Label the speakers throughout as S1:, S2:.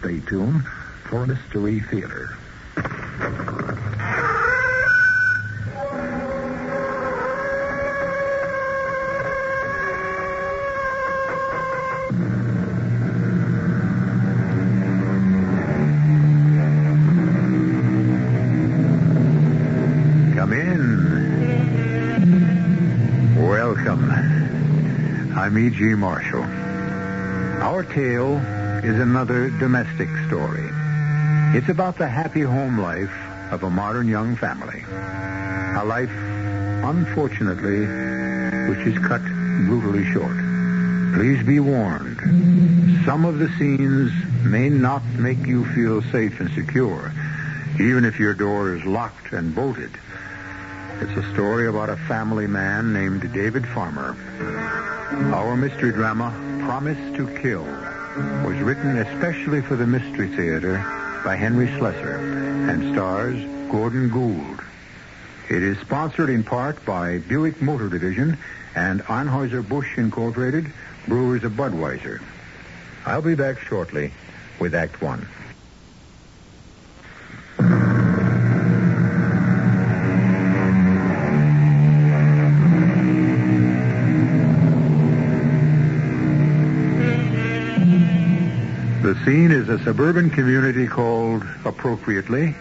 S1: Stay tuned for a Mystery Theater. Come in. Welcome. I'm E.G. Marshall. Our tale is another domestic story. It's about the happy home life of a modern young family. A life, unfortunately, which is cut brutally short. Please be warned. Some of the scenes may not make you feel safe and secure, even if your door is locked and bolted. It's a story about a family man named David Farmer. Our mystery drama, Promise to Kill, was written especially for the Mystery Theater by Henry Slessor and stars Gordon Gould. It is sponsored in part by Buick Motor Division and Anheuser-Busch Incorporated, Brewers of Budweiser. I'll be back shortly with Act One. The scene is a suburban community called, appropriately,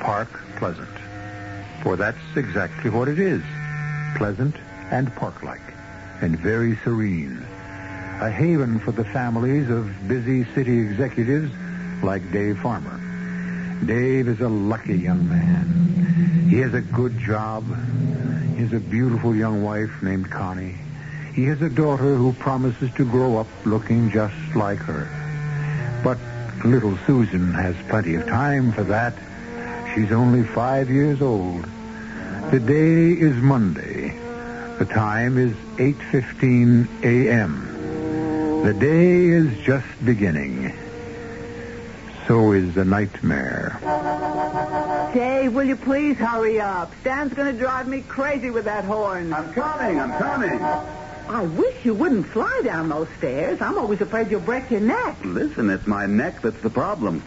S1: Park Pleasant. For that's exactly what it is. Pleasant and park-like, and very serene. A haven for the families of busy city executives like Dave Farmer. Dave is a lucky young man. He has a good job. He has a beautiful young wife named Connie. He has a daughter who promises to grow up looking just like her. But little Susan has plenty of time for that. She's only five years old. The day is Monday. The time is 8.15 a.m. The day is just beginning. So is the nightmare.
S2: Dave, will you please hurry up? Stan's going to drive me crazy with that horn.
S1: I'm coming, I'm coming.
S2: I wish you wouldn't fly down those stairs. I'm always afraid you'll break your neck.
S3: Listen, it's my neck that's the problem.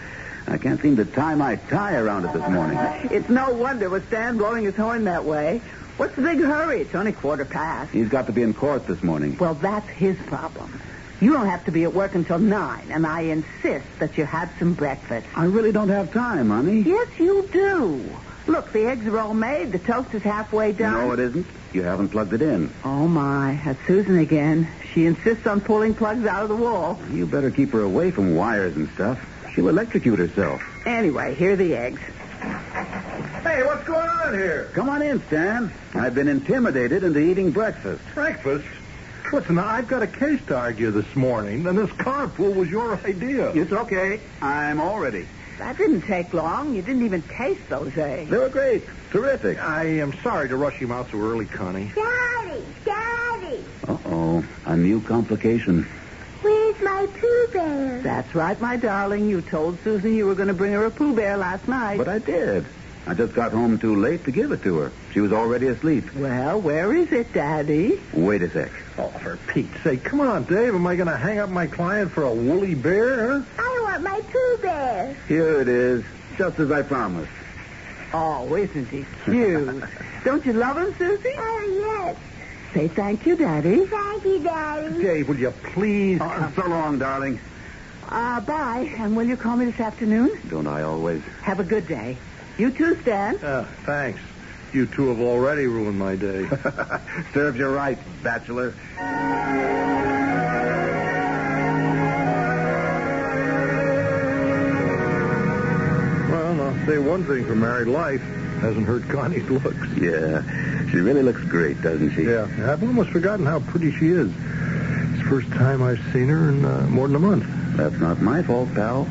S3: I can't seem to tie my tie around it this morning.
S2: It's no wonder with Stan blowing his horn that way. What's the big hurry? It's only quarter past.
S3: He's got to be in court this morning.
S2: Well, that's his problem. You don't have to be at work until nine, and I insist that you have some breakfast.
S3: I really don't have time, honey.
S2: Yes, you do. Look, the eggs are all made. The toast is halfway done.
S3: No, it isn't. You haven't plugged it in.
S2: Oh, my. That's Susan again. She insists on pulling plugs out of the wall.
S3: You better keep her away from wires and stuff. She'll electrocute herself.
S2: Anyway, here are the eggs.
S1: Hey, what's going on here?
S3: Come on in, Stan. I've been intimidated into eating breakfast.
S1: Breakfast? Listen, I've got a case to argue this morning, and this carpool was your idea.
S3: It's okay. I'm all ready.
S2: That didn't take long. You didn't even taste those eggs.
S3: They were great. Terrific.
S1: I am sorry to rush him out so early, Connie.
S4: Daddy, Daddy,
S3: Uh-oh. A new complication.
S4: where's my Pooh Bear?
S2: That's right, my darling. You told Susan you were going to bring her a Pooh Bear last night.
S3: But I did. I just got home too late to give it to her. She was already asleep.
S2: Well, where is it, Daddy?
S3: Wait a sec.
S1: Oh, for Pete's sake. Come on, Dave. Am I going to hang up my client for a woolly bear, huh?
S4: I want my Pooh Bear.
S3: Here it is, just as I promised.
S2: Oh, isn't he cute? Don't you love him, Susie?
S4: Oh, yes.
S2: Say thank you, Daddy.
S4: Thank you, Daddy.
S1: Dave, will you please?
S3: Oh, so long, darling.
S2: Uh, bye. And will you call me this afternoon?
S3: Don't I always?
S2: Have a good day. You too, Stan.
S1: Uh, thanks. You two have already ruined my day.
S3: Serves you right, bachelor.
S1: well, I'll say one thing for married life. Hasn't hurt Connie's looks.
S3: Yeah, she really looks great, doesn't she?
S1: Yeah, I've almost forgotten how pretty she is. It's the first time I've seen her in uh, more than a month. That's not my fault, pal.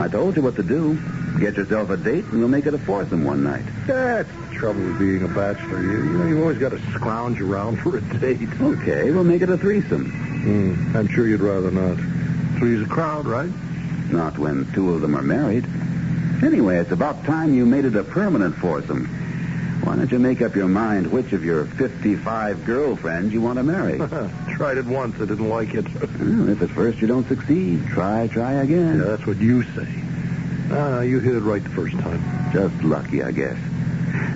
S1: I told you what to do. Get yourself a date, and you'll make it a foursome one night.
S3: That's the trouble with being a bachelor. You, you know, you always got to scrounge around for a date.
S1: Okay, we'll make it a threesome.
S3: Hmm, I'm sure you'd rather not. Three's a crowd, right?
S1: Not when two of them are married. Anyway, it's about time you made it a permanent foursome. Why don't you make up your mind which of your 55 girlfriends you want to marry?
S3: Tried it once. I didn't like it.
S1: Well, if at first you don't succeed, try, try again.
S3: Yeah, that's what you say. Ah, you hit it right the first time.
S1: Just lucky, I guess.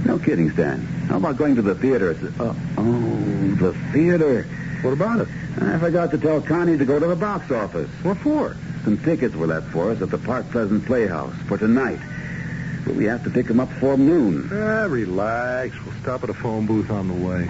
S1: No kidding, Stan. How about going to the theater? It's, uh, oh, the theater.
S3: What about it?
S1: I forgot to tell Connie to go to the box office.
S3: What for?
S1: Some tickets were left for us at the Park Pleasant Playhouse for tonight. But we have to pick them up before noon.
S3: Ah, relax. We'll stop at a phone booth on the way.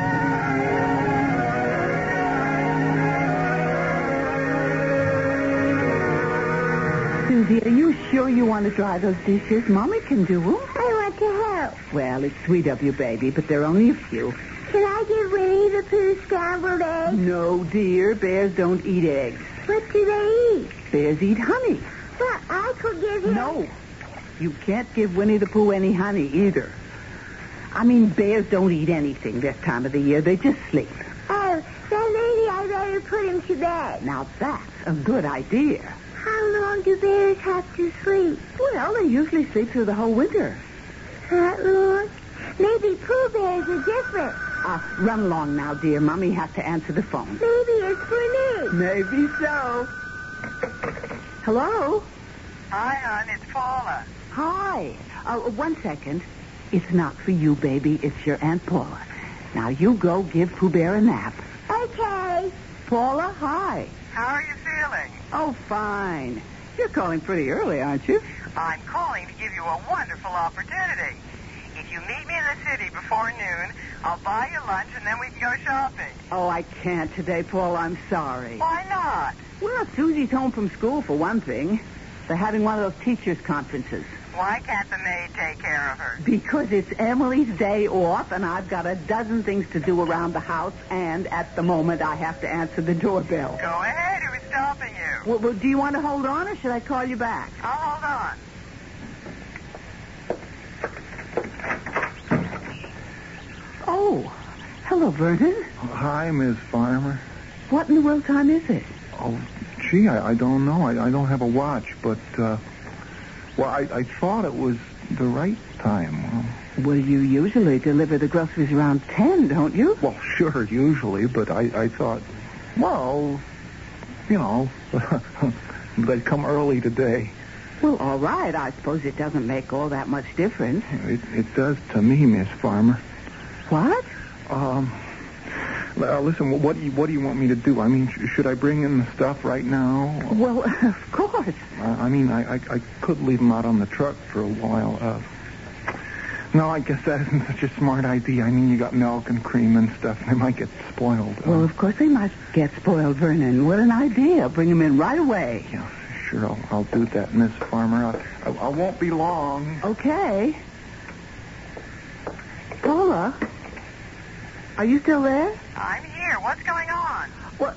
S2: Susie, are you sure you want to dry those dishes? Mommy can do them.
S4: I want to help.
S2: Well, it's sweet of you, baby, but there are only a few.
S4: Can I give Winnie the Pooh scrambled eggs?
S2: No, dear, bears don't eat eggs.
S4: What do they eat?
S2: Bears eat honey.
S4: Well, I could give him.
S2: No, you can't give Winnie the Pooh any honey either. I mean, bears don't eat anything this time of the year. They just sleep.
S4: Oh, then maybe I better put him to bed.
S2: Now, that's a good idea.
S4: How long do bears have to sleep?
S2: Well, they usually sleep through the whole winter.
S4: That long? Maybe Pooh Bears are different.
S2: Uh, run along now, dear. Mommy has to answer the phone.
S4: Maybe it's for me.
S2: Maybe so. Hello?
S5: Hi, hon. It's Paula.
S2: Hi. Uh, one second. It's not for you, baby. It's your Aunt Paula. Now, you go give Pooh Bear a nap.
S4: Okay.
S2: Paula, hi.
S5: How are you feeling?
S2: Oh, fine. You're calling pretty early, aren't you?
S5: I'm calling to give you a wonderful opportunity. If you meet me in the city before noon, I'll buy you lunch and then we can go shopping.
S2: Oh, I can't today, Paula. I'm sorry.
S5: Why not?
S2: Well, Susie's home from school, for one thing. They're having one of those teachers' conferences.
S5: Why can't the maid take care of her?
S2: Because it's Emily's day off, and I've got a dozen things to do around the house, and at the moment I have to answer the doorbell.
S5: Go ahead. Who's stopping you?
S2: Well, well, do you want to hold on, or should I call you back?
S5: I'll hold on.
S2: Oh, hello, Vernon.
S3: Hi, Miss Farmer.
S2: What in the world time is it?
S3: Oh, gee, I, I don't know. I, I don't have a watch, but, uh, well, I, I thought it was the right time. Well,
S2: Well, you usually deliver the groceries around 10, don't you?
S3: Well, sure, usually, but I, I thought, well, you know, they'd come early today.
S2: Well, all right. I suppose it doesn't make all that much difference.
S3: It, it does to me, Miss Farmer.
S2: What?
S3: Um, now, listen, what do you what do you want me to do? I mean, sh- should I bring in the stuff right now?
S2: Well, of course.
S3: I, I mean, I, I I could leave them out on the truck for a while. Uh, no, I guess that isn't such a smart idea. I mean, you got milk and cream and stuff, and they might get spoiled. Uh,
S2: Well, of course they must get spoiled, Vernon. What an idea. Bring them in right away.
S3: Yeah, sure, I'll, I'll do that, Miss Farmer. I, I, I won't be long.
S2: Oh. Okay. Paula, are you still there?
S5: I'm here. What's going on?
S2: Well,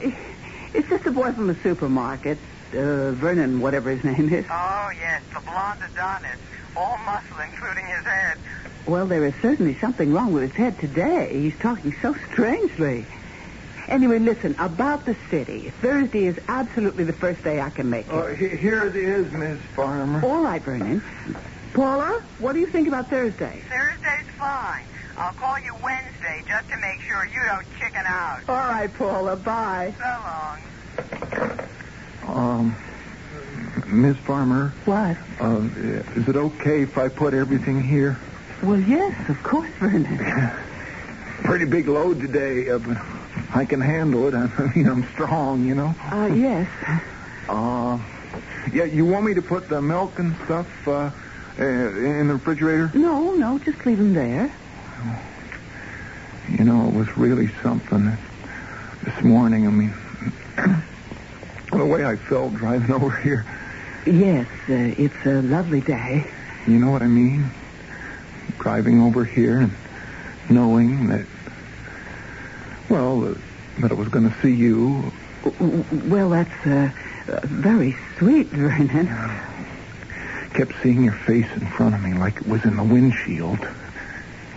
S2: it's just a boy from the supermarket, uh, Vernon, whatever his name is.
S5: Oh, yes. The blonde Adonis. All muscle, including his head.
S2: Well, there is certainly something wrong with his head today. He's talking so strangely. Anyway, listen, about the city. Thursday is absolutely the first day I can make it.
S3: Uh, he- here it is, Miss Farmer.
S2: All right, Vernon. Paula, what do you think about Thursday?
S5: Thursday's fine. I'll call you Wednesday just to make sure you don't chicken out.
S2: All right, Paula, bye.
S5: So long.
S3: Um, Miss Farmer,
S2: What?
S3: uh, is it okay if I put everything here?
S2: Well, yes, of course, Vernon.
S3: Pretty big load today. Uh, but I can handle it. I, mean, I'm strong, you know.
S2: Uh, yes.
S3: Uh, yeah, you want me to put the milk and stuff uh, uh, in the refrigerator?
S2: No, no, just leave him there.
S3: You know, it was really something this morning. I mean, the way I felt driving over here.
S2: Yes, uh, it's a lovely day.
S3: You know what I mean? Driving over here and knowing that, well, that I was going to see you.
S2: W- w- Well, that's uh,
S6: Uh, very sweet, Vernon.
S3: Kept seeing your face in front of me like it was in the windshield.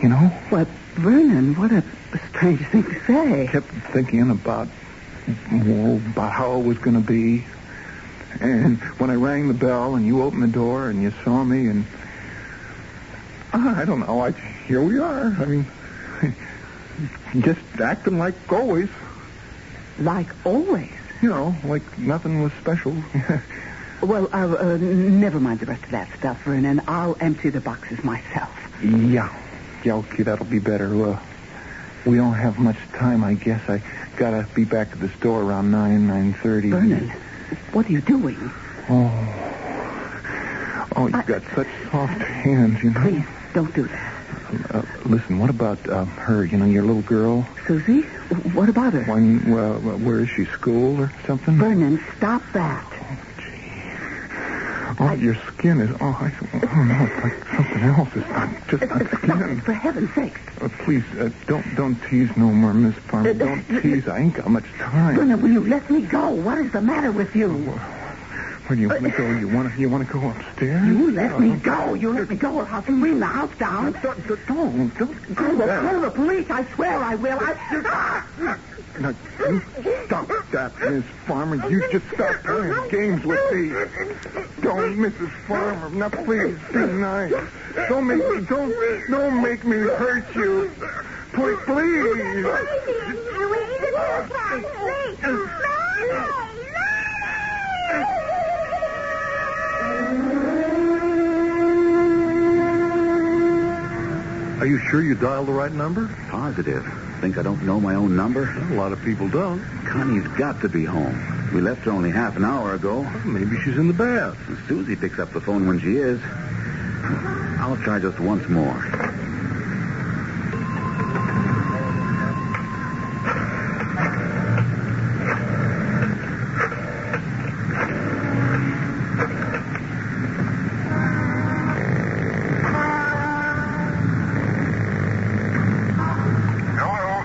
S3: You know?
S6: What, Vernon, what a strange thing to say.
S3: kept thinking about well, about how it was going to be. And when I rang the bell and you opened the door and you saw me and Ah, I don't know, I here we are. I mean, just acting like always,
S6: Like always.
S3: you know, like nothing was special.
S6: Well, uh, uh, never mind the rest of that stuff, Vernon. I'll empty the boxes myself.
S3: yeah, yeah, okay, that'll be better. Uh, we don't have much time, I guess. I gotta be back at the store around nine, nine thirty.
S2: Mm-hmm.
S6: Vernon, what are you doing?
S3: Oh. Oh, you've
S6: I-
S3: got such soft hands, you know.
S6: Please, don't do that.
S3: Uh, listen, what about um, her? You know, your little girl?
S6: Susie, w- what about her?
S3: One, well, where is she? School or something?
S6: Vernon, stop that.
S3: oh, your skin is. Oh, I, oh, no, it's like something else. It's not just not skin.
S6: For heaven's sake.
S3: Uh, please, uh, don't don't tease no more, Miss
S6: Uh,
S3: Farmer. Don't tease. I ain't got much time.
S6: Vernon, will you let me go? What is the matter with you?
S3: Where do you want to go? You want to you want to go upstairs?
S6: Uh, You let me go. You let me go, or I'll scream the house down.
S3: Don't don't don't. don't
S6: I
S3: do
S6: will
S3: that.
S6: call the police. I swear I will. I...
S3: Now, you stop that, Miss Farmer. You just stop playing games with me. Don't, Mrs. Farmer. Now, please, be nice. Don't make me, don't, don't make me hurt you. Please, please. Are you sure you dialed the right number?
S1: Positive. Think I don't know my own number?
S3: A lot of people don't.
S1: Connie's got to be home. We left her only half an hour ago.
S3: Maybe she's in the bath.
S1: Susie picks up the phone when she is. I'll try just once more.
S3: Hello?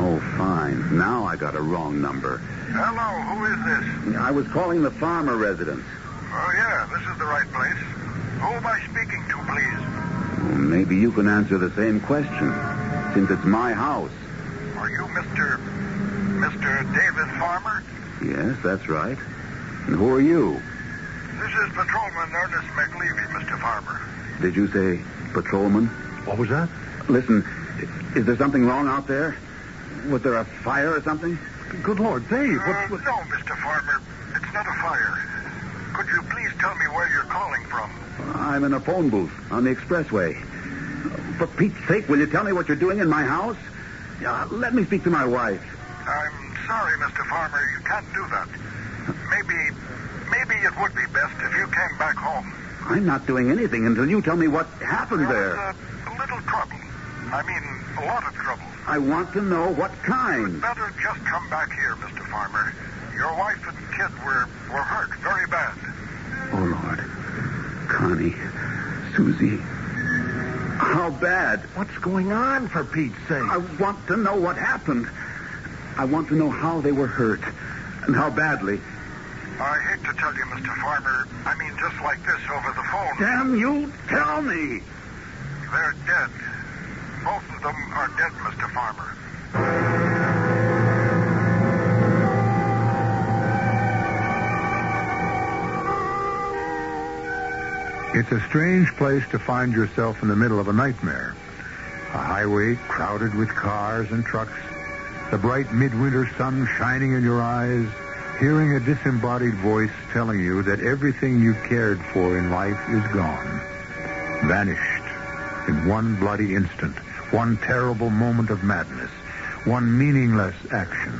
S1: Oh, fine. Now I got a wrong number.
S3: Hello, who is this?
S1: I was calling the farmer residence.
S3: Oh, yeah, this is the right place. Who am I speaking to, please?
S1: Well, maybe you can answer the same question, since it's my house.
S3: Are you Mr. Mr. David Farmer?
S1: Yes, that's right. And who are you?
S3: This is Patrolman Ernest McLeavy, Mr. Farmer.
S1: Did you say patrolman?
S3: What was that?
S1: Listen, i- is there something wrong out there? Was there a fire or something? Uh,
S3: Good Lord, Dave, what... what...
S7: Mm, No, Mr. Farmer, it's not a fire. Could you please tell me where you're calling from?
S1: I'm in a phone booth on the expressway. For Pete's sake, will you tell me what you're doing in my house? Uh, let me speak to my wife.
S7: I'm sorry, Mr. Farmer, you can't do that. Maybe, maybe it would be best if you came back home.
S1: I'm not doing anything until you tell me what happened there.
S7: was a little trouble. I mean, a lot of trouble.
S1: I want to know what kind.
S7: Better just come back here, Mr. Farmer. Your wife and kid were, were hurt very bad.
S1: Oh, Lord. Connie. Susie. How bad?
S3: What's going on, for Pete's sake?
S1: I want to know what happened. I want to know how they were hurt and how badly.
S7: I hate to tell you, Mr. Farmer. I mean, just like this over the phone.
S1: Damn you, tell me.
S7: They're dead. Both of them are dead, Mr. Farmer.
S3: It's a strange place to find yourself in the middle of a nightmare. A highway crowded with cars and trucks, the bright midwinter sun shining in your eyes, hearing a disembodied voice telling you that everything you cared for in life is gone, vanished in one bloody instant, one terrible moment of madness, one meaningless action.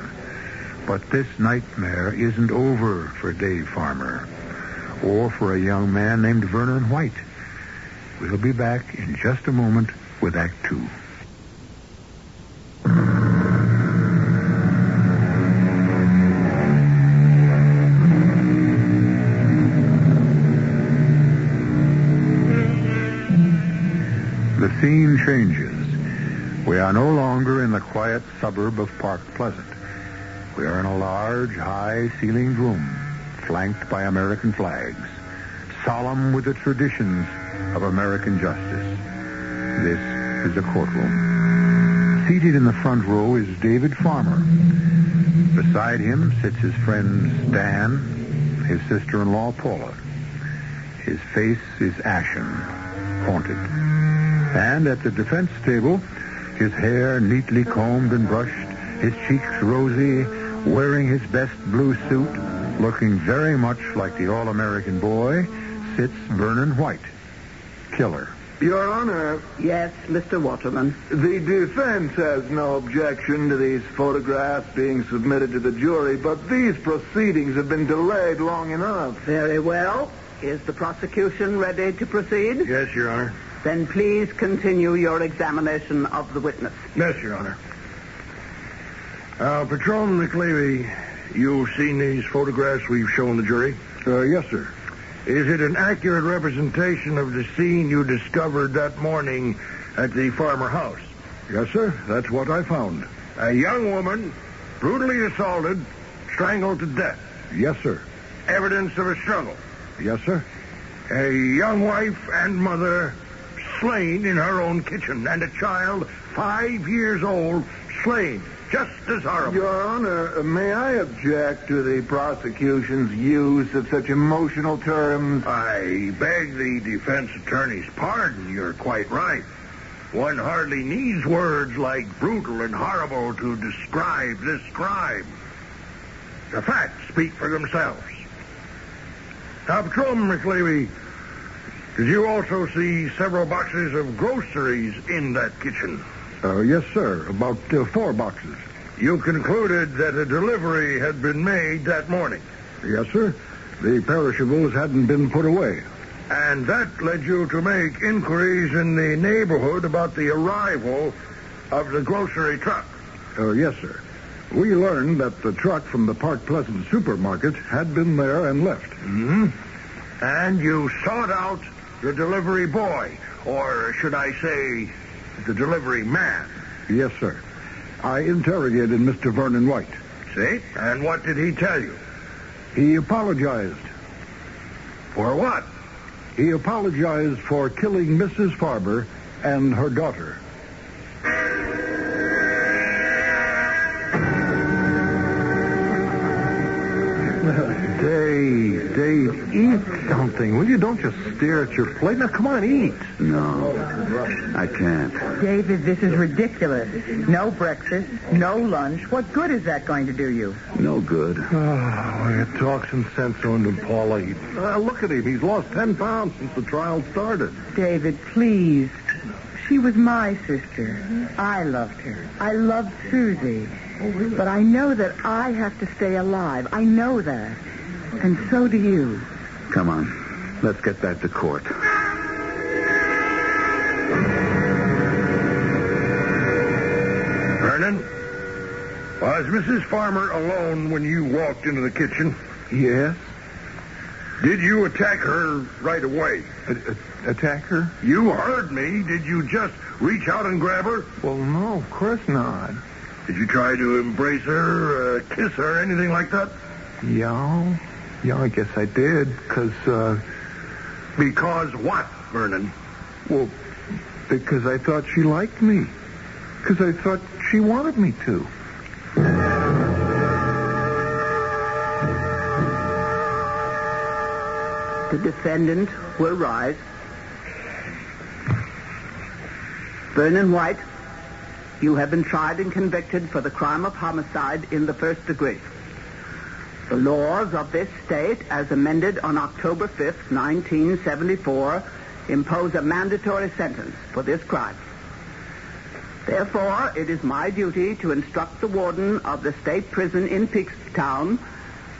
S3: But this nightmare isn't over for Dave Farmer or for a young man named Vernon White. We'll be back in just a moment with Act Two. The scene changes. We are no longer in the quiet suburb of Park Pleasant. We are in a large, high-ceilinged room.
S8: flanked by American flags, solemn with the traditions of American justice. This is a courtroom. Seated in the front row is David Farmer. Beside him sits his friend Stan, his sister-in-law Paula. His face is ashen, haunted. And at the defense table, his hair neatly combed and brushed, his cheeks rosy, wearing his best blue suit, looking very much like the all-American boy, sits Vernon White, killer.
S9: Your Honor,
S1: Yes, Mr. Waterman.
S9: the defense has no objection to these photographs being submitted to the jury, but these proceedings have been delayed long enough.
S1: Very well. Is the prosecution ready to proceed?
S3: Yes, Your Honor.
S1: Then please continue your examination of the witness.
S3: Yes, Your Honor. Uh, Patrolman McLeary, you've seen these photographs we've shown the jury? Uh, yes, sir. Is it an accurate representation of the scene you discovered that morning at the farmer house? Yes, sir. That's what I found. A young woman brutally assaulted, strangled to death. Yes, sir. Evidence of a struggle. Yes, sir. A young wife and mother slain in her own kitchen, and a child five years old slain just as horrible.
S9: Your Honor, may I object to the prosecution's use of such emotional terms?
S3: I beg the defense attorney's pardon. You're quite right. One hardly needs words like brutal and horrible to describe this crime. The facts speak for themselves. Now, Patrolman McLeavy, did you also see several boxes of groceries in that kitchen? Uh, yes, sir. About uh, four boxes. You concluded that a delivery had been made that morning? Yes, sir. The perishables hadn't been put away. And that led you to make inquiries in the neighborhood about the arrival of the grocery truck? Uh, yes, sir. We learned that the truck from the Park Pleasant supermarket had been there and left. hmm And you sought out the delivery boy, or should I say, the delivery man? Yes, sir. I interrogated Mr. Vernon White. See? And what did he tell you? He apologized. For what? He apologized for killing Mrs. Farber and her daughter.
S9: Dave, Dave, eat something, will you? Don't just stare at your plate. Now, come on, eat.
S10: No, I can't.
S2: David, this is ridiculous. No breakfast, no lunch. What good is that going to do you?
S10: No good.
S9: Oh, you talk some sense into him, Paula. Uh, look at him. He's lost 10 pounds since the trial started.
S2: David, please. She was my sister. I loved her. I loved Susie. But I know that I have to stay alive. I know that. And so do you.
S10: Come on. Let's get back to court.
S3: Vernon, was Mrs. Farmer alone when you walked into the kitchen?
S9: Yes?
S3: Did you attack her right away?
S9: A- a- attack her?
S3: You heard me. Did you just reach out and grab her?
S9: Well, no, of course not.
S3: Did you try to embrace her, uh, kiss her, anything like that?
S9: Yeah. Yeah, I guess I did, because, uh,
S3: Because what, Vernon?
S9: well, because I thought she liked me. Because I thought she wanted me to.
S1: The defendant will rise. Vernon White, you have been tried and convicted for the crime of homicide in the first degree. The laws of this state, as amended on October 5th, 1974, impose a mandatory sentence for this crime. Therefore, it is my duty to instruct the warden of the state prison in Peakstown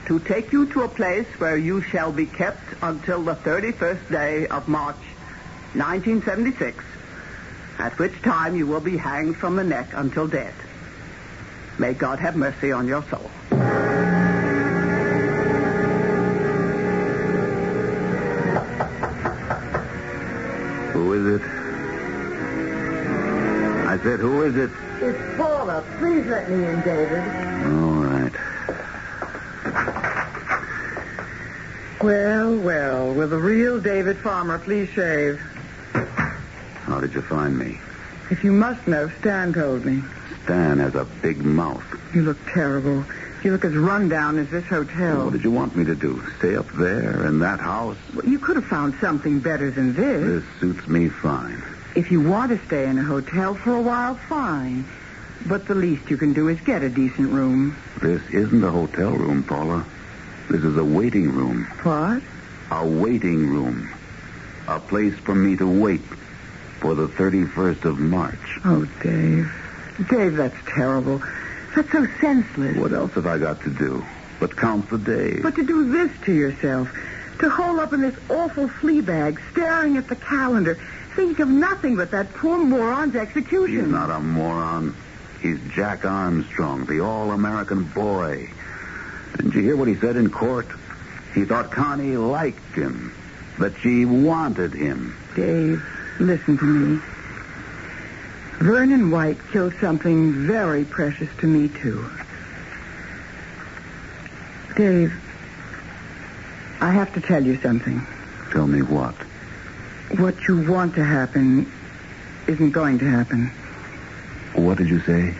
S1: to take you to a place where you shall be kept until the 31st day of March, 1976, at which time you will be hanged from the neck until dead. May God have mercy on your soul.
S10: Who is it? I said, who is it?
S2: It's Paula. Please let me in, David.
S10: All right.
S2: Well, well, will the real David Farmer please shave?
S1: How did you find me?
S2: If you must know, Stan told me.
S1: Stan has a big mouth.
S2: You look terrible. You look as rundown as this hotel.
S1: What did you want me to do? Stay up there in that house?
S2: Well, You could have found something better than this.
S1: This suits me fine.
S2: If you want to stay in a hotel for a while, fine. But the least you can do is get a decent room.
S1: This isn't a hotel room, Paula. This is a waiting room.
S2: What?
S1: A waiting room. A place for me to wait for the 31st of March.
S2: Oh, Dave. Dave, that's terrible. That's so senseless.
S1: What else have I got to do but count the days?
S2: But to do this to yourself, to hole up in this awful flea bag, staring at the calendar, thinking of nothing but that poor moron's
S1: He's
S2: execution.
S1: not a moron. He's Jack Armstrong, the all-American boy. Didn't you hear what he said in court? He thought Connie liked him, that she wanted him.
S2: Dave, listen to me. Vernon White killed something very precious to me, too. Dave, I have to tell you something.
S1: Tell me what?
S2: What you want to happen isn't going to happen.
S1: What did you say?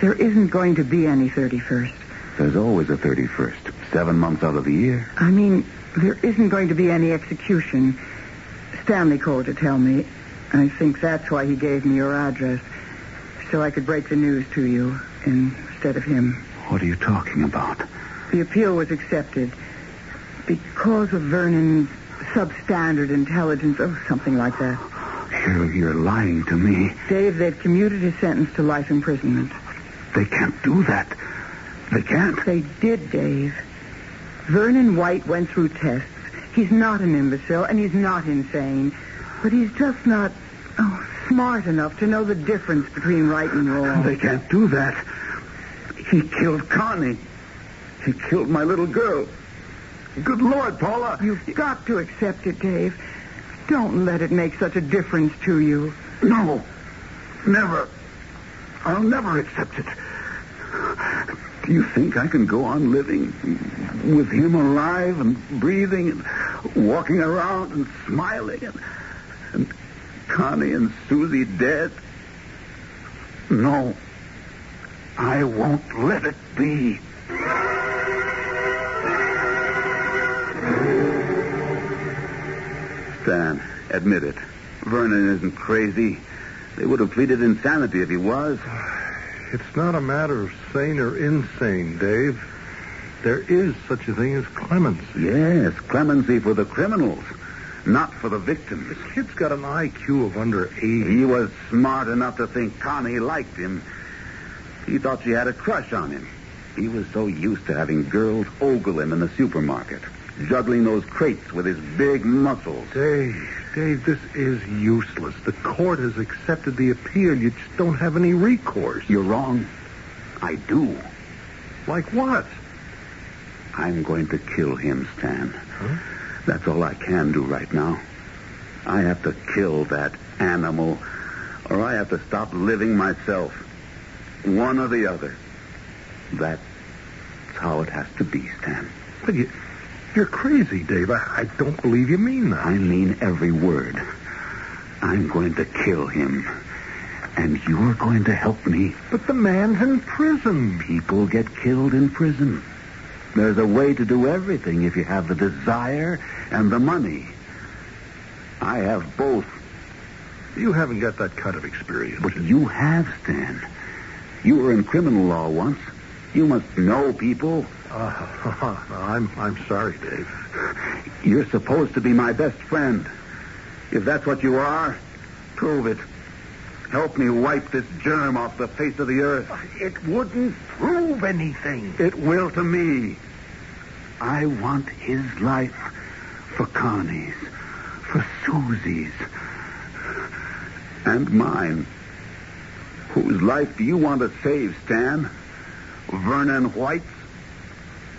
S2: There isn't going to be any 31st.
S1: There's always a 31st, seven months out of the year.
S2: I mean, there isn't going to be any execution. Stanley called to tell me. I think that's why he gave me your address, so I could break the news to you instead of him.
S1: What are you talking about?
S2: The appeal was accepted because of Vernon's substandard intelligence, or something like that.
S1: You're, you're lying to me.
S2: Dave, they've commuted his sentence to life imprisonment.
S1: They can't do that. They can't.
S2: They did, Dave. Vernon White went through tests. He's not an imbecile, and he's not insane. But he's just not, oh, smart enough to know the difference between right and wrong.
S1: They can't do that. He killed Connie. He killed my little girl. Good Lord, Paula.
S2: You've got to accept it, Dave. Don't let it make such a difference to you.
S1: No. Never. I'll never accept it. Do you think I can go on living with him alive and breathing and walking around and smiling and, and Connie and Susie dead? No. I won't let it be. Stan, admit it. Vernon isn't crazy. They would have pleaded insanity if he was.
S11: It's not a matter of sane or insane, Dave. There is such a thing as clemency.
S1: Yes, clemency for the criminals, not for the victims.
S11: This kid's got an IQ of under 80.
S1: He was smart enough to think Connie liked him. He thought she had a crush on him. He was so used to having girls ogle him in the supermarket, juggling those crates with his big muscles.
S11: Dave, Dave, this is useless. The court has accepted the appeal. You just don't have any recourse.
S1: You're wrong. I do.
S11: Like what?
S1: I'm going to kill him, Stan. That's all I can do right now. I have to kill that animal, or I have to stop living myself. One or the other. That's how it has to be, Stan.
S11: But you, you're crazy, Dave. I, I don't believe you mean that.
S1: I mean every word. I'm going to kill him. And you're going to help me.
S11: But the man's in prison.
S1: People get killed in prison. There's a way to do everything if you have the desire and the money. I have both.
S11: You haven't got that kind of experience.
S1: But you have, Stan. You were in criminal law once. You must know people.
S11: Uh, I'm, I'm sorry, Dave.
S1: You're supposed to be my best friend. If that's what you are, prove it. Help me wipe this germ off the face of the earth.
S11: It wouldn't prove anything.
S1: It will to me. I want his life for Connie's, for Susie's, and mine. Whose life do you want to save, Stan? Vernon White's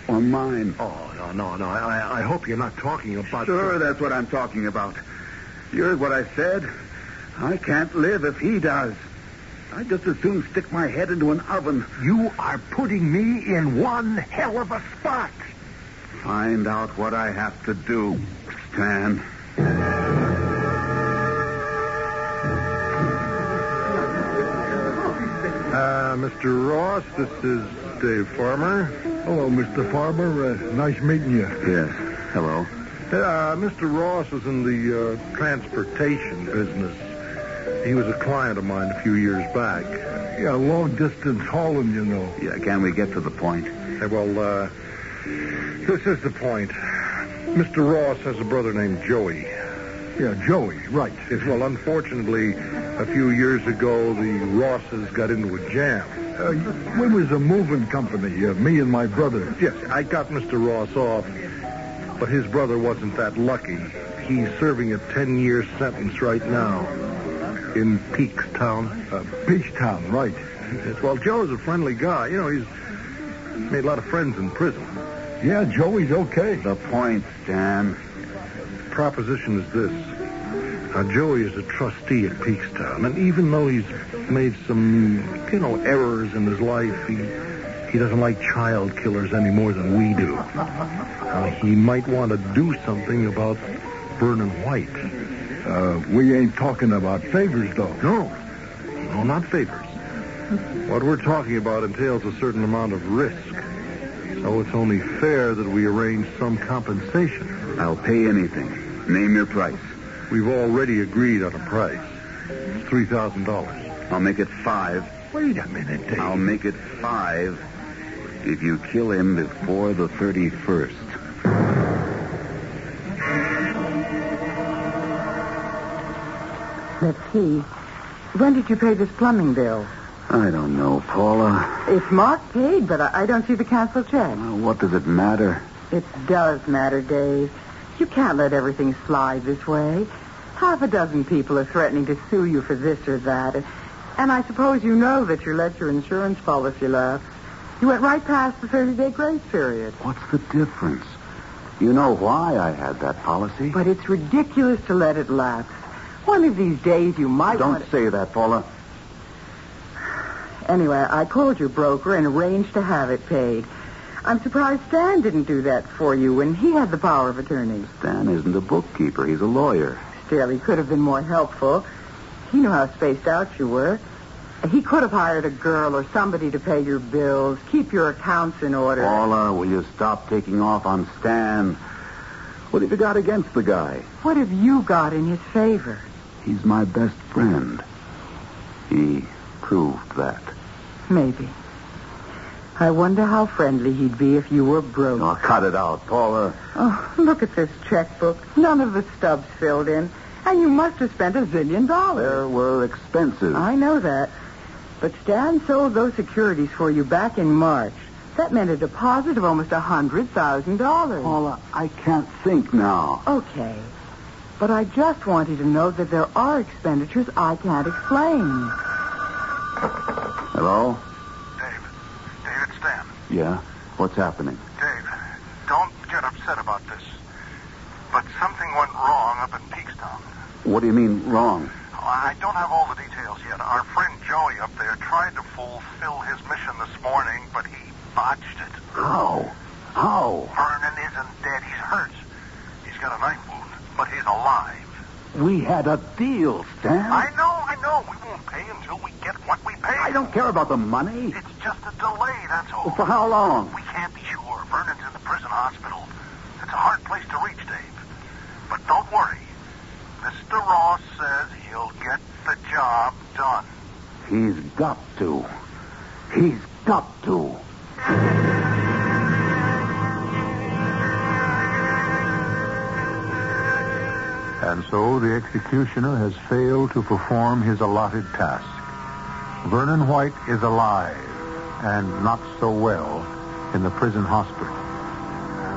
S1: or mine?
S11: Oh, no, no, no. I, I hope you're not talking about...
S1: Sure, that's what I'm talking about. You heard what I said. I can't live if he does. I'd just as soon stick my head into an oven.
S11: You are putting me in one hell of a spot.
S1: find out what I have to do, Stan.
S3: Uh, Mr. Ross, this is Dave Farmer. Hello, Mr. Farmer. Uh, nice meeting you.
S1: Yes. Hello.
S3: Uh, Mr. Ross is in the uh, transportation business. He was a client of mine a few years back. Yeah, long distance hauling, you know.
S1: Yeah, can we get to the point?
S3: well, uh, this is the point. Mr. Ross has a brother named Joey. Yeah, Joey, right. Well, unfortunately, a few years ago, the Rosses got into a jam. Uh, we was a moving company, uh, me and my brother. Yes, I got Mr. Ross off, but his brother wasn't that lucky. He's serving a 10-year sentence right now in Peakstown. Uh, Peakstown, right. Yes, well, Joe's a friendly guy. You know, he's made a lot of friends in prison. Yeah, Joey's okay.
S1: The point, Stan.
S3: proposition is this. Now, Joey is a trustee at Peakstown, and even though he's made some, you know, errors in his life, he, he doesn't like child killers any more than we do. Now, he might want to do something about Vernon White. Uh, we ain't talking about favors, though. No. No, not favors. What we're talking about entails a certain amount of risk. So it's only fair that we arrange some compensation.
S1: I'll pay anything. Name your price.
S3: We've already agreed on a price. It's three thousand dollars.
S1: I'll make it five.
S3: Wait a minute, Dave.
S1: I'll make it five if you kill him before the 31st.
S2: Let's see. When did you pay this plumbing bill?
S1: I don't know, Paula.
S2: It's marked paid, but I, I don't see the cancel check.
S1: Uh, What does it matter?
S2: It does matter, Dave. You can't let everything slide this way. Half a dozen people are threatening to sue you for this or that. And I suppose you know that you let your insurance policy lapse. You went right past the 30-day grace period.
S1: What's the difference? You know why I had that policy.
S2: But it's ridiculous to let it lapse. One of these days you might
S1: don't
S2: want to...
S1: say that, Paula.
S2: Anyway, I called your broker and arranged to have it paid. I'm surprised Stan didn't do that for you when he had the power of attorney.
S1: Dan isn't a bookkeeper. He's a lawyer.
S2: Still, he could have been more helpful. He knew how spaced out you were. He could have hired a girl or somebody to pay your bills, keep your accounts in order.
S1: Paula, will you stop taking off on Stan? What have you got against the guy?
S2: What have you got in his favor?
S1: He's my best friend. He proved that.
S2: Maybe. I wonder how friendly he'd be if you were broke.
S1: Oh, cut it out, Paula.
S2: Oh, look at this checkbook. None of the stubs filled in. And you must have spent a zillion dollars.
S1: There were expenses.
S2: I know that. But Stan sold those securities for you back in March. That meant a deposit of almost a hundred thousand dollars.
S1: Paula, I can't think now.
S2: Okay. But I just want you to know that there are expenditures I can't explain.
S1: Hello?
S5: Dave. David Stan.
S1: Yeah? What's happening?
S5: Dave, don't get upset about this. But something went wrong up in Peakstown.
S1: What do you mean wrong?
S5: I don't have all the details yet. Our friend Joey up there tried to fulfill his mission this morning, but he botched it.
S1: How? How?
S5: Vernon isn't dead. He's hurt. He's got a knife wound, but he's alive.
S1: We had a deal, Stan.
S5: I know, I know. We won't pay until we get what we paid.
S1: I don't care about the money.
S5: It's just a delay, that's all.
S1: For how long?
S5: We can't be sure. Vernon's in the prison hospital. It's a hard place to reach, Dave. But don't worry. Mr. Ross says he'll get the job done.
S1: He's got to. He's got to.
S12: And so the executioner has failed to perform his allotted task. Vernon White is alive, and not so well, in the prison hospital.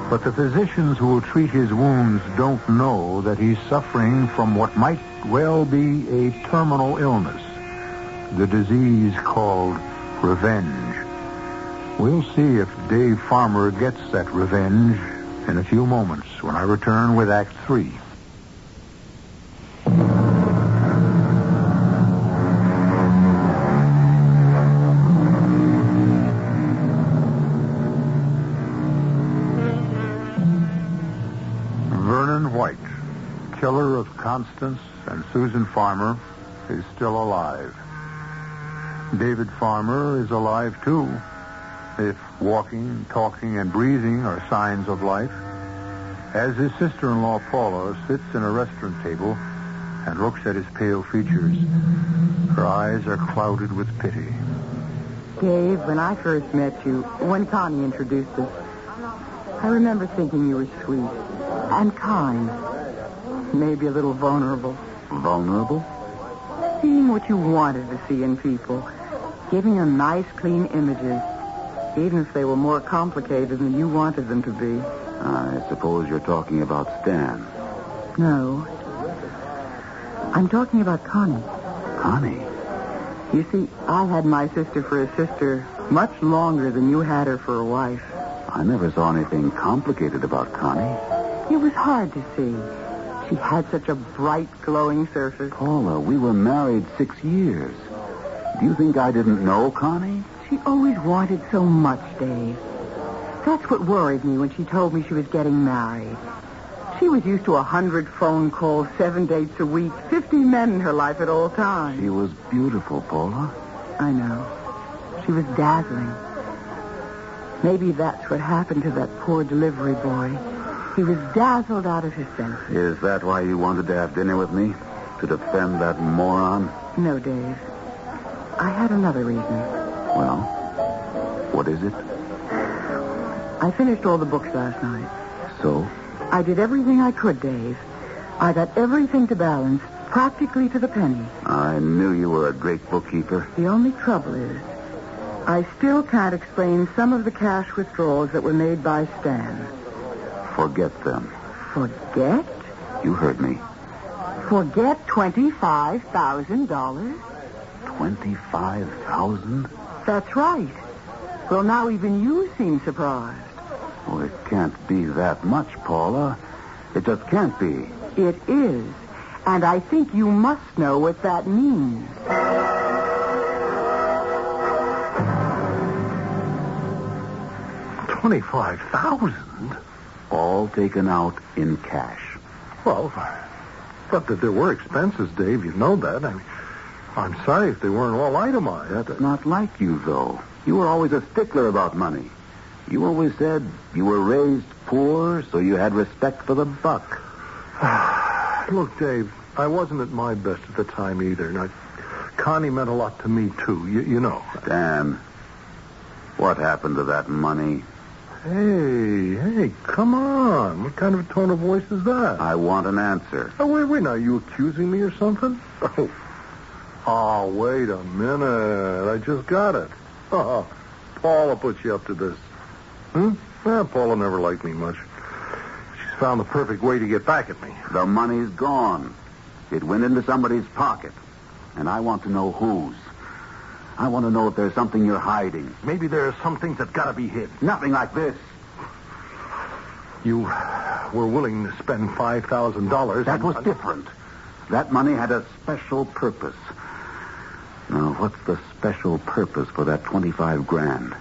S12: But the physicians who will treat his wounds don't know that he's suffering from what might well be a terminal illness, the disease called revenge. We'll see if Dave Farmer gets that revenge in a few moments when I return with Act Three.
S13: mother of Constance and Susan Farmer, is still alive. David Farmer is alive, too, if walking, talking, and breathing are signs of life, as his sister-in-law Paula sits in a restaurant table and looks at his pale features. Her eyes are clouded with pity.
S2: Dave, when I first met you, when Connie introduced us, I remember thinking you were sweet and kind, maybe a little vulnerable.
S1: Vulnerable?
S2: Seeing what you wanted to see in people, giving them nice, clean images, even if they were more complicated than you wanted them to be.
S1: I suppose you're talking about Stan.
S2: No. I'm talking about Connie.
S1: Connie?
S2: You see, I had my sister for a sister much longer than you had her for a wife.
S1: I never saw anything complicated about Connie.
S2: It was hard to see. She had such a bright, glowing surface.
S1: Paula, we were married six years. Do you think I didn't know Connie?
S2: She always wanted so much, Dave. That's what worried me when she told me she was getting married. She was used to a hundred phone calls, seven dates a week, fifty men in her life at all times.
S1: She was beautiful, Paula.
S2: I know. She was dazzling. Maybe that's what happened to that poor delivery boy. He was dazzled out of his senses.
S1: Is that why you wanted to have dinner with me? To defend that moron?
S2: No, Dave. I had another reason.
S1: Well, what is it?
S2: I finished all the books last night.
S1: So?
S2: I did everything I could, Dave. I got everything to balance, practically to the penny.
S1: I knew you were a great bookkeeper.
S2: The only trouble is, I still can't explain some of the cash withdrawals that were made by Stan.
S1: Forget them.
S2: Forget?
S1: You heard me.
S2: Forget $25,000?
S1: 25,000?
S2: That's right. Well, now even you seem surprised.
S1: Oh, it can't be that much, Paula. It just can't be.
S2: It is. And I think you must know what that means.
S13: Twenty-five thousand.
S1: All taken out in cash.
S3: Well, but that there were expenses, Dave. You know that. I mean, I'm sorry if they weren't all itemized.
S1: That's not like you, though. You were always a stickler about money. You always said you were raised poor, so you had respect for the buck.
S3: Look, Dave, I wasn't at my best at the time either. And I, Connie meant a lot to me, too. You, you know.
S1: Dan, what happened to that money?
S3: Hey, hey, come on. What kind of a tone of voice is that?
S1: I want an answer.
S3: Oh, wait, wait. Now, are you accusing me or something? Oh, oh wait a minute. I just got it. Oh, Paula put you up to this. Hmm? Well, Paula never liked me much. She's found the perfect way to get back at me.
S1: The money's gone. It went into somebody's pocket. And I want to know whose. I want to know if there's something you're hiding.
S3: Maybe there are some things that gotta be hid.
S1: Nothing like this.
S3: You were willing to spend $5,000.
S1: That
S3: on-
S1: was
S3: on-
S1: different. That money had a special purpose. Now, what's the special purpose for that 25 grand?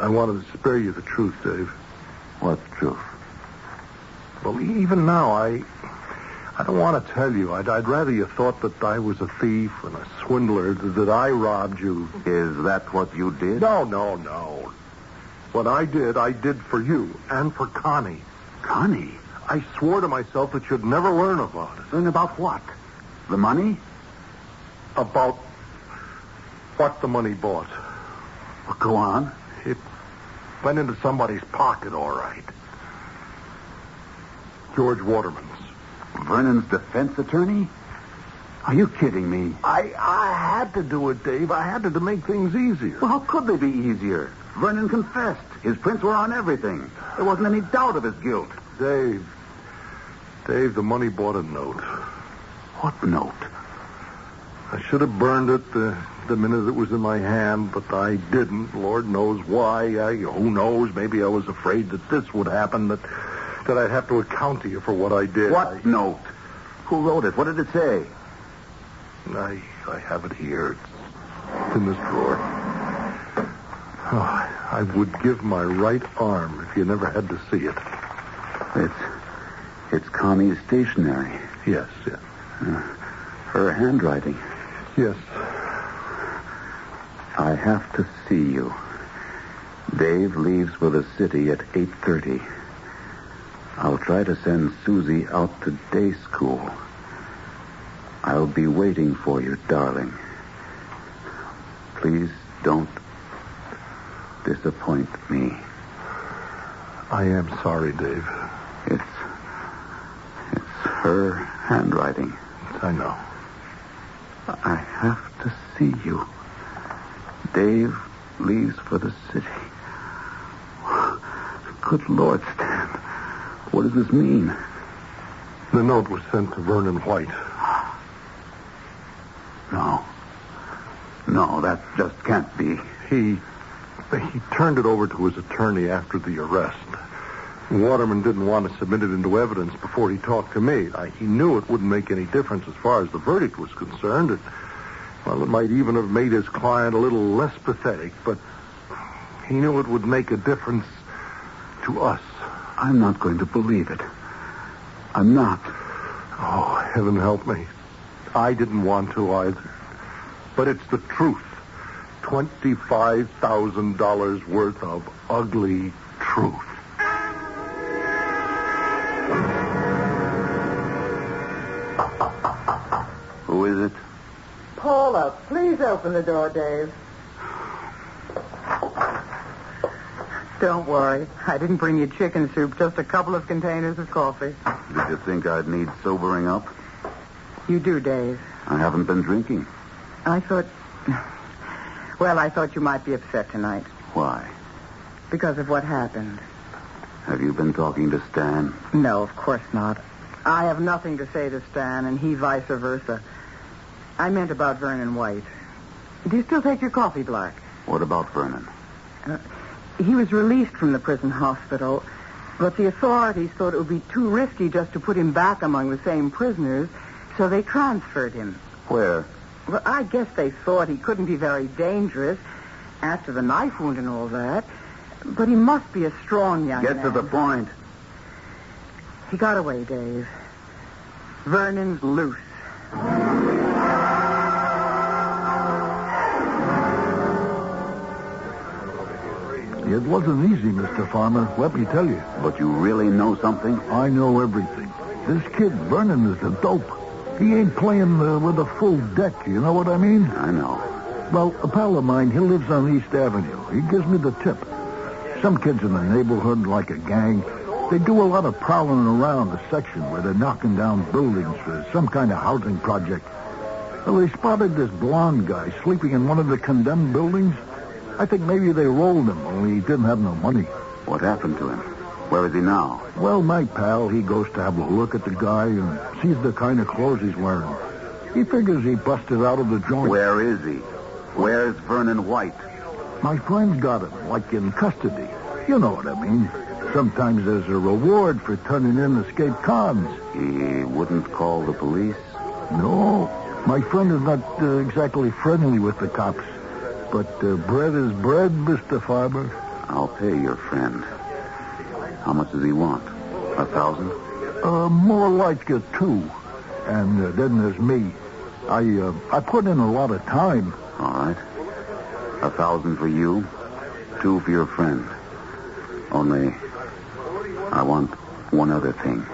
S3: I wanted to spare you the truth, Dave.
S1: What truth?
S3: Well, e- even now, I, I don't want to tell you. I'd, I'd rather you thought that I was a thief and a swindler, th- that I robbed you.
S1: Is that what you did?
S3: No, no, no. What I did, I did for you and for Connie.
S1: Connie,
S3: I swore to myself that you'd never learn about it.
S1: then about what? The money?
S3: About what the money bought.
S1: Well, go on.
S3: It went into somebody's pocket, all right. George Waterman's.
S1: Vernon's defense attorney? Are you kidding me?
S3: I, I had to do it, Dave. I had to, to make things easier.
S1: Well, how could they be easier? Vernon confessed. His prints were on everything. There wasn't any doubt of his guilt.
S3: Dave. Dave, the money bought a note.
S1: What note?
S3: I should have burned it the, the minute it was in my hand, but I didn't. Lord knows why. I, who knows? Maybe I was afraid that this would happen, that, that I'd have to account to you for what I did.
S1: What note? Who wrote it? What did it say?
S3: I, I have it here. It's in this drawer. Oh, I would give my right arm if you never had to see it.
S1: It's It's Connie's stationery.
S14: Yes, yes.
S1: Her handwriting.
S14: Yes.
S1: I have to see you. Dave leaves for the city at 8.30. I'll try to send Susie out to day school. I'll be waiting for you, darling. Please don't disappoint me.
S14: I am sorry, Dave.
S1: It's it's her handwriting.
S14: I know.
S1: I have to see you. Dave leaves for the city. Good Lord, Stan. What does this mean?
S14: The note was sent to Vernon White.
S1: No. No, that just can't be.
S14: He he turned it over to his attorney after the arrest. Waterman didn't want to submit it into evidence before he talked to me. I, he knew it wouldn't make any difference as far as the verdict was concerned. It, well, it might even have made his client a little less pathetic, but he knew it would make a difference to us.
S1: I'm not going to believe it. I'm not.
S14: Oh, heaven help me. I didn't want to either. But it's the truth. $25,000 worth of ugly truth.
S1: Who is it?
S2: Paula, please open the door, Dave. Don't worry. I didn't bring you chicken soup, just a couple of containers of coffee.
S1: Did you think I'd need sobering up?
S2: You do, Dave.
S1: I haven't been drinking.
S2: I thought. Well, I thought you might be upset tonight
S1: Why?
S2: because of what happened.
S1: Have you been talking to Stan?
S2: No, of course not. I have nothing to say to Stan, and he vice versa. I meant about Vernon White. Do you still take your coffee, Black?
S1: What about Vernon?
S2: Uh, he was released from the prison hospital, but the authorities thought it would be too risky just to put him back among the same prisoners, so they transferred him.
S1: Where?
S2: Well, I guess they thought he couldn't be very dangerous after the knife wound and all that, but he must be a strong young
S1: Get
S2: man.
S1: to the point.
S2: He got away, Dave. Vernon's loose.
S3: It wasn't easy, Mr. Farmer, let me tell you.
S1: But you really know something?
S3: I know everything. This kid Vernon is the dope. He ain't playing uh, with a full deck, you know what I mean?
S1: I know.
S3: Well, a pal of mine, he lives on East Avenue. He gives me the tip. Some kids in the neighborhood, like a gang, they do a lot of prowling around the section where they're knocking down buildings for some kind of housing project. Well, they spotted this blonde guy sleeping in one of the condemned buildings. I think maybe they rolled him, only he didn't have no money.
S1: What happened to him? Where is he now?
S3: Well, my pal, he goes to have a look at the guy and sees the kind of clothes he's wearing. He figures he busted out of the joint.
S1: Where is he? Where's Vernon White?
S3: My friends got him, like in custody. You know what I mean. Sometimes there's a reward for turning in escaped cons.
S1: He wouldn't call the police.
S3: No, my friend is not uh, exactly friendly with the cops. But uh, bread is bread, Mr. Farber.
S1: I'll pay your friend. How much does he want? A thousand?
S3: Uh, more like a two. And uh, then there's me. I uh, I put in a lot of time.
S1: All right. A thousand for you, two for your friend. Only, I want one other thing.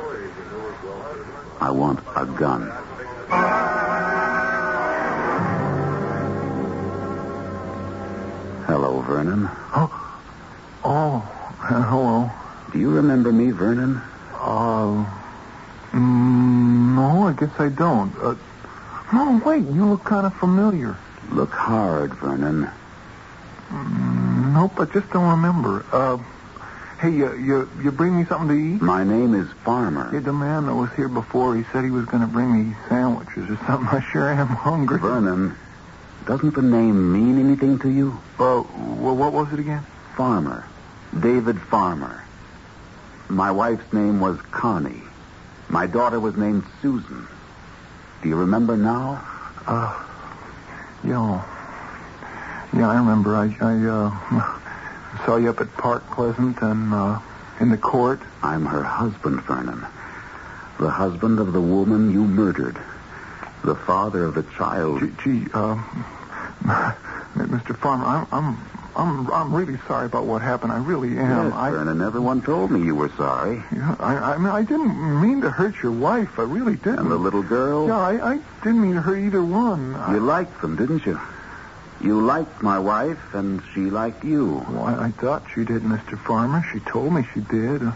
S1: I want a gun. Hello, Vernon.
S3: Oh, uh, hello.
S1: Do you remember me, Vernon?
S3: Uh, mm, no, I guess I don't. Uh, no, wait, you look kind of familiar.
S1: Look hard, Vernon.
S3: Mm, nope, I just don't remember. Uh, hey, uh, you you bring me something to eat?
S1: My name is Farmer.
S3: Yeah, the man that was here before, he said he was going to bring me sandwiches or something. I sure am hungry.
S1: Vernon, doesn't the name mean anything to you?
S3: Uh, well, what was it again?
S1: Farmer. David Farmer. My wife's name was Connie. My daughter was named Susan. Do you remember now?
S3: Uh, yeah. Yeah, I remember. I, I uh, saw you up at Park Pleasant and uh, in the court.
S1: I'm her husband, Vernon. The husband of the woman you murdered. The father of the child.
S3: Gee, uh, Mr. Farmer, I'm, I'm, I'm, I'm really sorry about what happened. I really am.
S1: Yes,
S3: I,
S1: Vernon, everyone told me you were sorry.
S3: yeah, I, I mean, I didn't mean to hurt your wife. I really didn't.
S1: And the little girl?
S3: Yeah, I, I didn't mean to hurt either one. I-
S1: You liked them, didn't you? You liked my wife, and she liked you.
S3: Well, I, I thought she did, Mr. Farmer. She told me she did. Uh,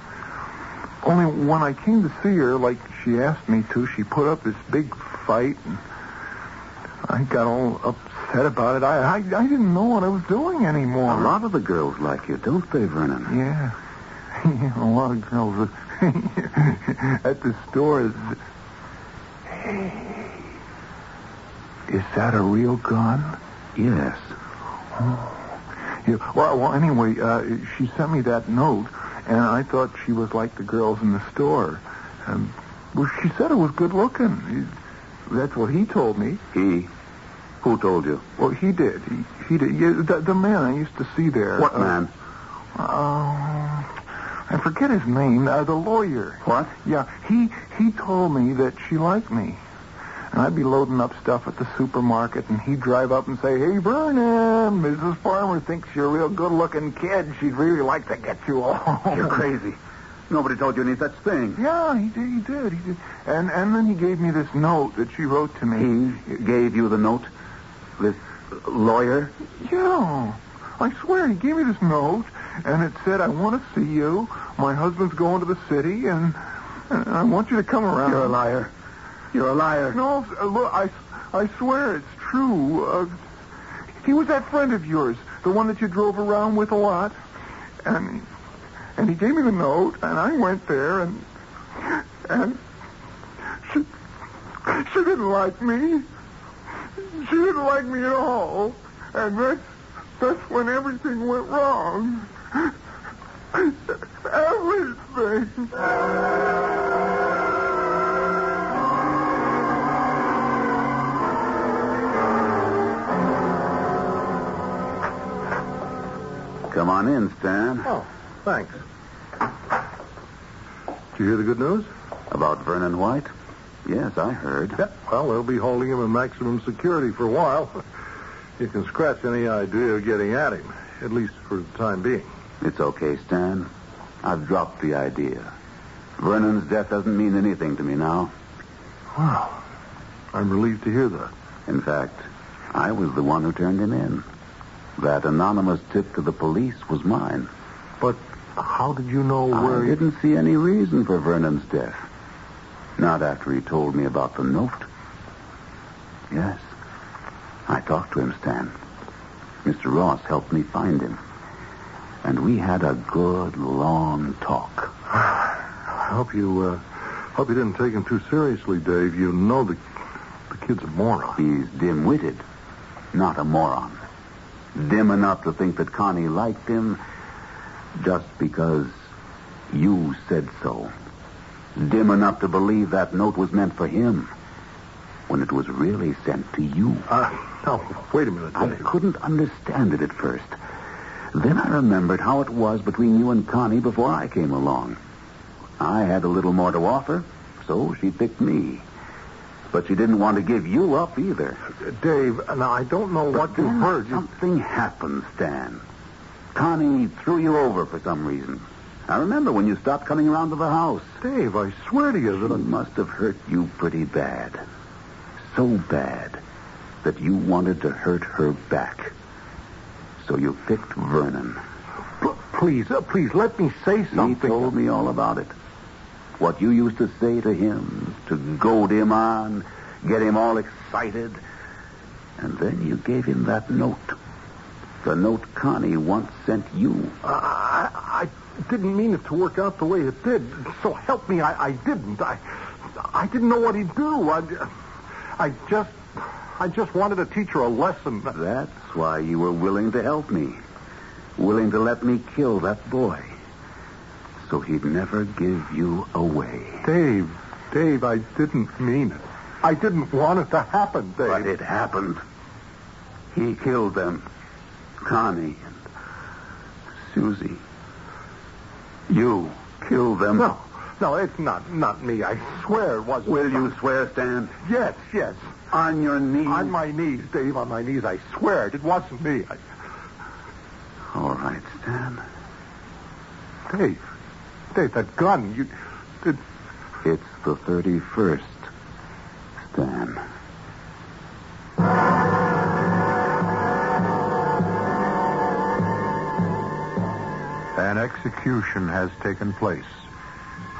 S3: Only when I came to see her, like she asked me to, she put up this big fight, and I got all upset about it. I, I, I didn't know what I was doing anymore.
S1: A lot of the girls like you, don't they, Vernon?
S3: Yeah. Yeah, a lot of girls are- at the store. is- Is that a real gun?
S1: Yes.
S3: Oh. Yeah, well, well, anyway, uh, she sent me that note, and I thought she was like the girls in the store. Um, well, she said it was good looking. That's what he told me.
S1: He. Who told you?
S3: Well, he did. He, he did. Yeah, the, the man I used to see there.
S1: What
S3: uh,
S1: man?
S3: um, I forget his name. Uh, the lawyer.
S1: What?
S3: Yeah, he he told me that she liked me, and I'd be loading up stuff at the supermarket, and he'd drive up and say, "Hey, Vernon, Mrs. Farmer thinks you're a real good-looking kid. She'd really like to get you all."
S1: You're crazy. Nobody told you any such thing.
S3: Yeah, he did. He did. He did. And and then he gave me this note that she wrote to me.
S1: He gave you the note? This lawyer?
S3: Yeah. I swear, he gave me this note, and it said, I want to see you. My husband's going to the city, and, and I want you to come around.
S1: You're a liar. You're a liar.
S3: No, uh, look, I, I swear it's true. Uh, he was that friend of yours, the one that you drove around with a lot. And, and he gave me the note, and I went there, and, and she, she didn't like me. She didn't like me at all. And that's, that's when everything went wrong. Everything.
S1: Come on in, Stan.
S15: Oh, thanks. Did you hear the good news?
S1: About Vernon White? Yes, I heard.
S15: Yeah, well, they'll be holding him in maximum security for a while. You can scratch any idea of getting at him, at least for the time being.
S1: It's okay, Stan. I've dropped the idea. Vernon's death doesn't mean anything to me now.
S15: Wow. I'm relieved to hear that.
S1: In fact, I was the one who turned him in. That anonymous tip to the police was mine.
S15: But how did you know
S1: I
S15: where he...
S1: didn't see any reason for Vernon's death. Not after he told me about the note. Yes. I talked to him, Stan. Mr. Ross helped me find him. And we had a good, long talk.
S15: I hope you, uh, hope you didn't take him too seriously, Dave. You know the, the kid's a moron.
S1: He's dim-witted, not a moron. Dim enough to think that Connie liked him just because you said so. Dim enough to believe that note was meant for him when it was really sent to you.
S15: Uh, now, wait a minute,
S1: I
S15: Dave.
S1: couldn't understand it at first. Then I remembered how it was between you and Connie before I came along. I had a little more to offer, so she picked me. But she didn't want to give you up either.
S15: Dave, now, I don't know what you
S1: Then
S15: heard. You-
S1: Something happened, Stan. Connie threw you over for some reason. I remember when you stopped coming around to the house.
S15: Dave, I swear to you
S1: It
S15: that... I-
S1: must have hurt you pretty bad. So bad that you wanted to hurt her back. So you picked Vernon.
S15: P- Please, uh, please, let me say
S1: He
S15: something.
S1: told me all about it. What you used to say to him, to goad him on, get him all excited. And then you gave him that note. The note Connie once sent you.
S15: I, I I didn't mean it to work out the way it did. So help me, I, I didn't. I, I didn't know what he'd do. I, I just, I just wanted to teach her a lesson.
S1: That's why you were willing to help me. Willing to let me kill that boy. So he'd never give you away.
S15: Dave, Dave, I didn't mean it. I didn't want it to happen, Dave.
S1: But it happened. He killed them. Connie and Susie. You killed them.
S15: No,
S3: No, it's not not me. I swear it wasn't.
S16: Will you swear, Stan?
S3: Yes, yes.
S16: On your knees?
S3: On my knees, Dave, on my knees. I swear it. It wasn't me. I...
S16: All right, Stan.
S3: Dave. Dave, that gun. You. Did...
S17: It's the 31st, Stan.
S1: An execution has taken place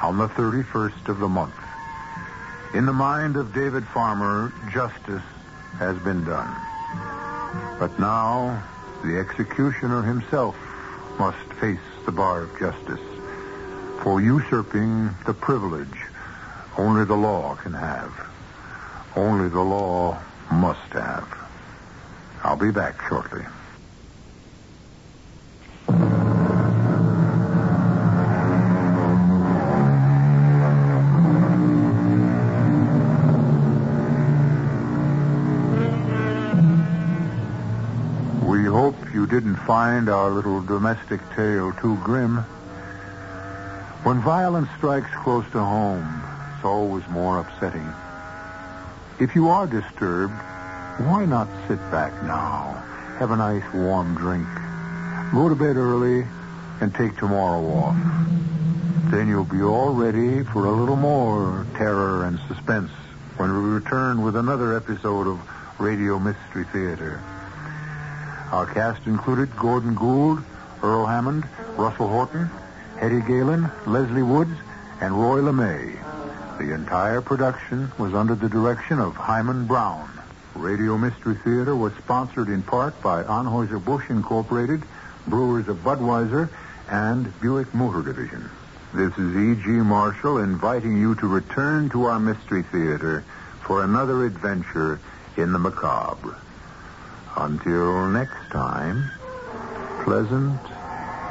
S1: on the 31st of the month. In the mind of David Farmer, justice has been done. But now, the executioner himself must face the bar of justice for usurping the privilege only the law can have. Only the law must have. I'll be back shortly. We hope you didn't find our little domestic tale too grim. When violence strikes close to home, it's always more upsetting. If you are disturbed, why not sit back now, have a nice warm drink, go to bed early, and take tomorrow off? Then you'll be all ready for a little more terror and suspense when we return with another episode of Radio Mystery Theater. Our cast included Gordon Gould, Earl Hammond, Russell Horton, Hetty Galen, Leslie Woods, and Roy LeMay. The entire production was under the direction of Hyman Brown. Radio Mystery Theater was sponsored in part by Anheuser-Busch Incorporated, Brewers of Budweiser, and Buick Motor Division. This is E.G. Marshall inviting you to return to our Mystery Theater for another adventure in the macabre. Until next time, pleasant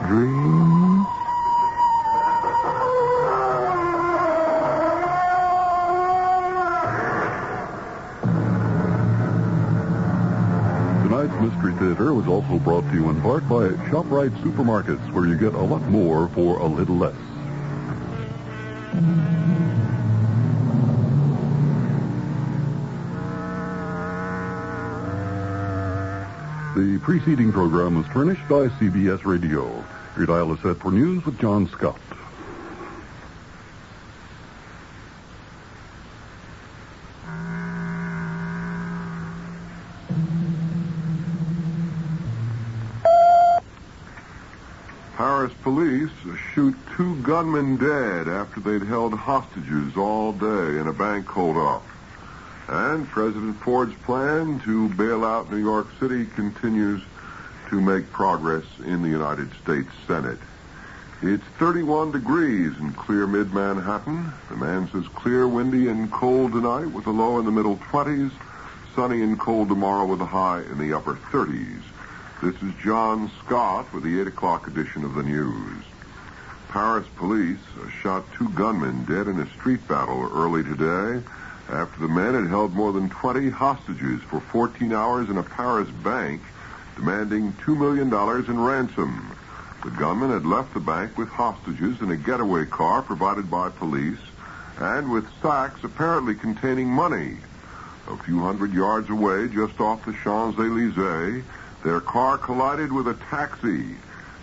S1: dreams.
S18: Tonight's Mystery Theater was also brought to you in part by ShopRite Supermarkets, where you get a lot more for a little less. The preceding program was furnished by CBS Radio. Your dial is set for news with John Scott.
S19: Paris police shoot two gunmen dead after they'd held hostages all day in a bank holdup. And President Ford's plan to bail out New York City continues to make progress in the United States Senate. It's 31 degrees in clear mid Manhattan. The man says clear, windy, and cold tonight with a low in the middle 20s, sunny and cold tomorrow with a high in the upper 30s. This is John Scott with the 8 o'clock edition of the news. Paris police shot two gunmen dead in a street battle early today after the men had held more than 20 hostages for 14 hours in a Paris bank demanding $2 million in ransom. The gunmen had left the bank with hostages in a getaway car provided by police and with sacks apparently containing money. A few hundred yards away, just off the Champs-Élysées, their car collided with a taxi.